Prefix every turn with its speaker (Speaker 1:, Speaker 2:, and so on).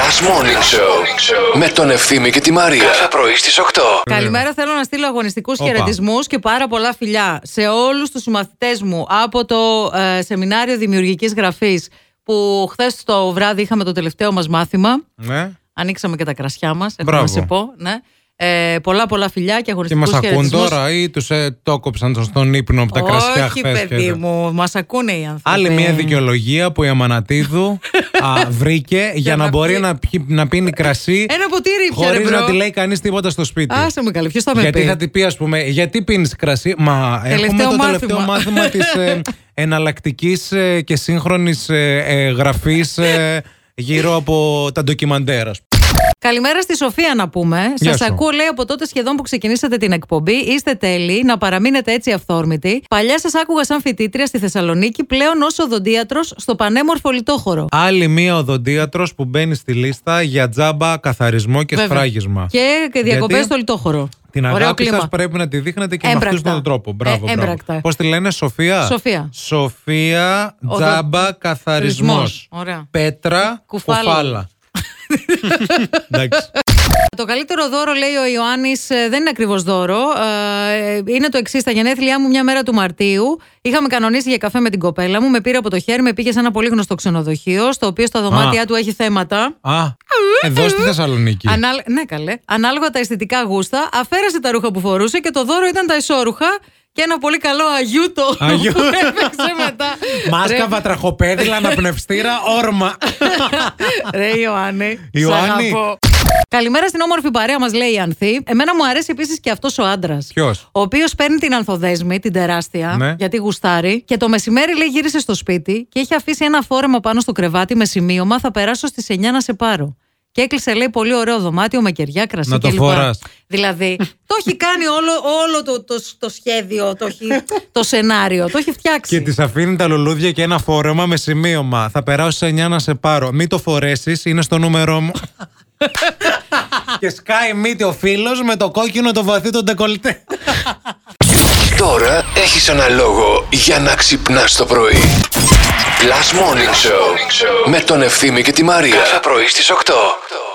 Speaker 1: Last Morning Show με τον Ευθύμη και τη Μαρία. Κάθε πρωί στις 8.
Speaker 2: Καλημέρα. Θέλω να στείλω αγωνιστικούς
Speaker 3: Όπα.
Speaker 2: χαιρετισμούς και πάρα πολλά φιλιά σε όλους τους συμμαθητές μου από το ε, σεμινάριο δημιουργικής γραφής που χθες το βράδυ είχαμε το τελευταίο μας μάθημα.
Speaker 3: Ναι.
Speaker 2: Ανοίξαμε και τα κρασιά μας. Έχω
Speaker 3: Μπράβο.
Speaker 2: να σε πω. Ναι. Ε, πολλά πολλά φιλιά και
Speaker 3: Και μα
Speaker 2: αγωνιστικού
Speaker 3: ακούν
Speaker 2: χαιρετισμούς.
Speaker 3: τώρα ή τους ε, το κόψαν στον ύπνο από τα κρασιά
Speaker 2: Όχι,
Speaker 3: χθες.
Speaker 2: παιδί μου, μας ακούνε οι άνθρωποι.
Speaker 3: Άλλη μια δικαιολογία που η Αμανατίδου α, βρήκε για να
Speaker 2: να
Speaker 3: μπορεί
Speaker 2: πει-
Speaker 3: να, πιει- να πίνει κρασί
Speaker 2: Ένα ποτήρι πια, ρε
Speaker 3: χωρίς
Speaker 2: μπρο.
Speaker 3: να τη λέει κανείς τίποτα στο σπίτι.
Speaker 2: Άσε με καλή, ποιος θα με
Speaker 3: γιατί
Speaker 2: πει.
Speaker 3: θα τη πει, ας πούμε, γιατί πίνεις κρασί. Μα έχουμε
Speaker 2: Τελευταίο
Speaker 3: το
Speaker 2: μάθημα.
Speaker 3: τελευταίο μάθημα της ε, εναλλακτικής ε, και σύγχρονης ε, ε, γραφής ε, γύρω από τα ντοκιμαντέρ, ας πούμε.
Speaker 2: Καλημέρα στη Σοφία να πούμε.
Speaker 3: Γεια
Speaker 2: Σας
Speaker 3: σου.
Speaker 2: ακούω, λέει, από τότε σχεδόν που ξεκινήσατε την εκπομπή. Είστε τέλειοι, να παραμείνετε έτσι αυθόρμητοι. Παλιά σας άκουγα σαν φοιτήτρια στη Θεσσαλονίκη, πλέον ως οδοντίατρος στο πανέμορφο λιτόχωρο.
Speaker 3: Άλλη μία οδοντίατρος που μπαίνει στη λίστα για τζάμπα, καθαρισμό και
Speaker 2: Βέβαια.
Speaker 3: σφράγισμα.
Speaker 2: Και, και διακοπέ
Speaker 3: Γιατί
Speaker 2: στο λιτόχωρο.
Speaker 3: Την
Speaker 2: Ωραίο
Speaker 3: αγάπη
Speaker 2: κλίμα.
Speaker 3: σας πρέπει να τη δείχνετε και
Speaker 2: Έμπρακτα.
Speaker 3: με αυτόν τον τρόπο. Μπράβο.
Speaker 2: Ε, έμπρακτα.
Speaker 3: Πώς τη λένε, Σοφία.
Speaker 2: Σοφία.
Speaker 3: Σοφία
Speaker 2: Οδο-
Speaker 3: Τζάμπα Καθαρισμός.
Speaker 2: Ρυθμός. Ωραία.
Speaker 3: Πέτρα
Speaker 2: Κουφάλα.
Speaker 3: Κουφάλα. Εντάξει.
Speaker 2: Το καλύτερο δώρο, λέει ο Ιωάννης, δεν είναι ακριβώς δώρο. Ε, Είναι το εξής. Στα γενέθλιά μου, μια μέρα του Μαρτίου, είχαμε κανονίσει για καφέ με την κοπέλα μου. Με πήρε από το χέρι, με πήγε σε ένα πολύ γνωστό ξενοδοχείο, στο οποίο στα δωμάτια του έχει θέματα.
Speaker 3: Α, εδώ στη Θεσσαλονίκη.
Speaker 2: Ανάλ... Ναι, καλέ. Ανάλογα τα αισθητικά γούστα, αφαίρεσε τα ρούχα που φορούσε και το δώρο ήταν τα ισόρουχα και ένα πολύ καλό αγιούτο
Speaker 3: Αγιού.
Speaker 2: που έπαιξε μετά.
Speaker 3: Μάσκα, βατραχοπέδιλα, αναπνευστήρα, όρμα.
Speaker 2: Ρε, ρε Ιωάννη. σ'
Speaker 3: Ιωάννη.
Speaker 2: αγαπώ. Καλημέρα στην όμορφη παρέα μας, λέει η Ανθή. Εμένα μου αρέσει επίσης και αυτός ο άντρας.
Speaker 3: Ποιος?
Speaker 2: Ο οποίος παίρνει την ανθοδέσμη, την τεράστια,
Speaker 3: Ναι.
Speaker 2: γιατί γουστάρει. Και το μεσημέρι, λέει, γύρισε στο σπίτι και έχει αφήσει ένα φόρεμα πάνω στο κρεβάτι με σημείωμα. Θα περάσω στις 9 να σε πάρω. Και έκλεισε, λέει, πολύ ωραίο δωμάτιο με κεριά, κρασί
Speaker 3: Να το
Speaker 2: κλπ.
Speaker 3: φοράς.
Speaker 2: Δηλαδή, το έχει κάνει όλο, όλο το, το, το σχέδιο, το, έχει- το σενάριο. Το έχει φτιάξει.
Speaker 3: Και της αφήνει τα λουλούδια και ένα φόρεμα με σημείωμα. Θα περάσω σε 9 να σε πάρω. Μην το φορέσεις, είναι στο νούμερό μου. και σκάει μύτη ο φίλος με το κόκκινο το βαθύ τον τεκολτέ.
Speaker 1: Τώρα έχεις ένα λόγο για να ξυπνάς το πρωί. Last Morning Show με τον Ευθύμη και τη Μαρία. Κάθε πρωί στις 8.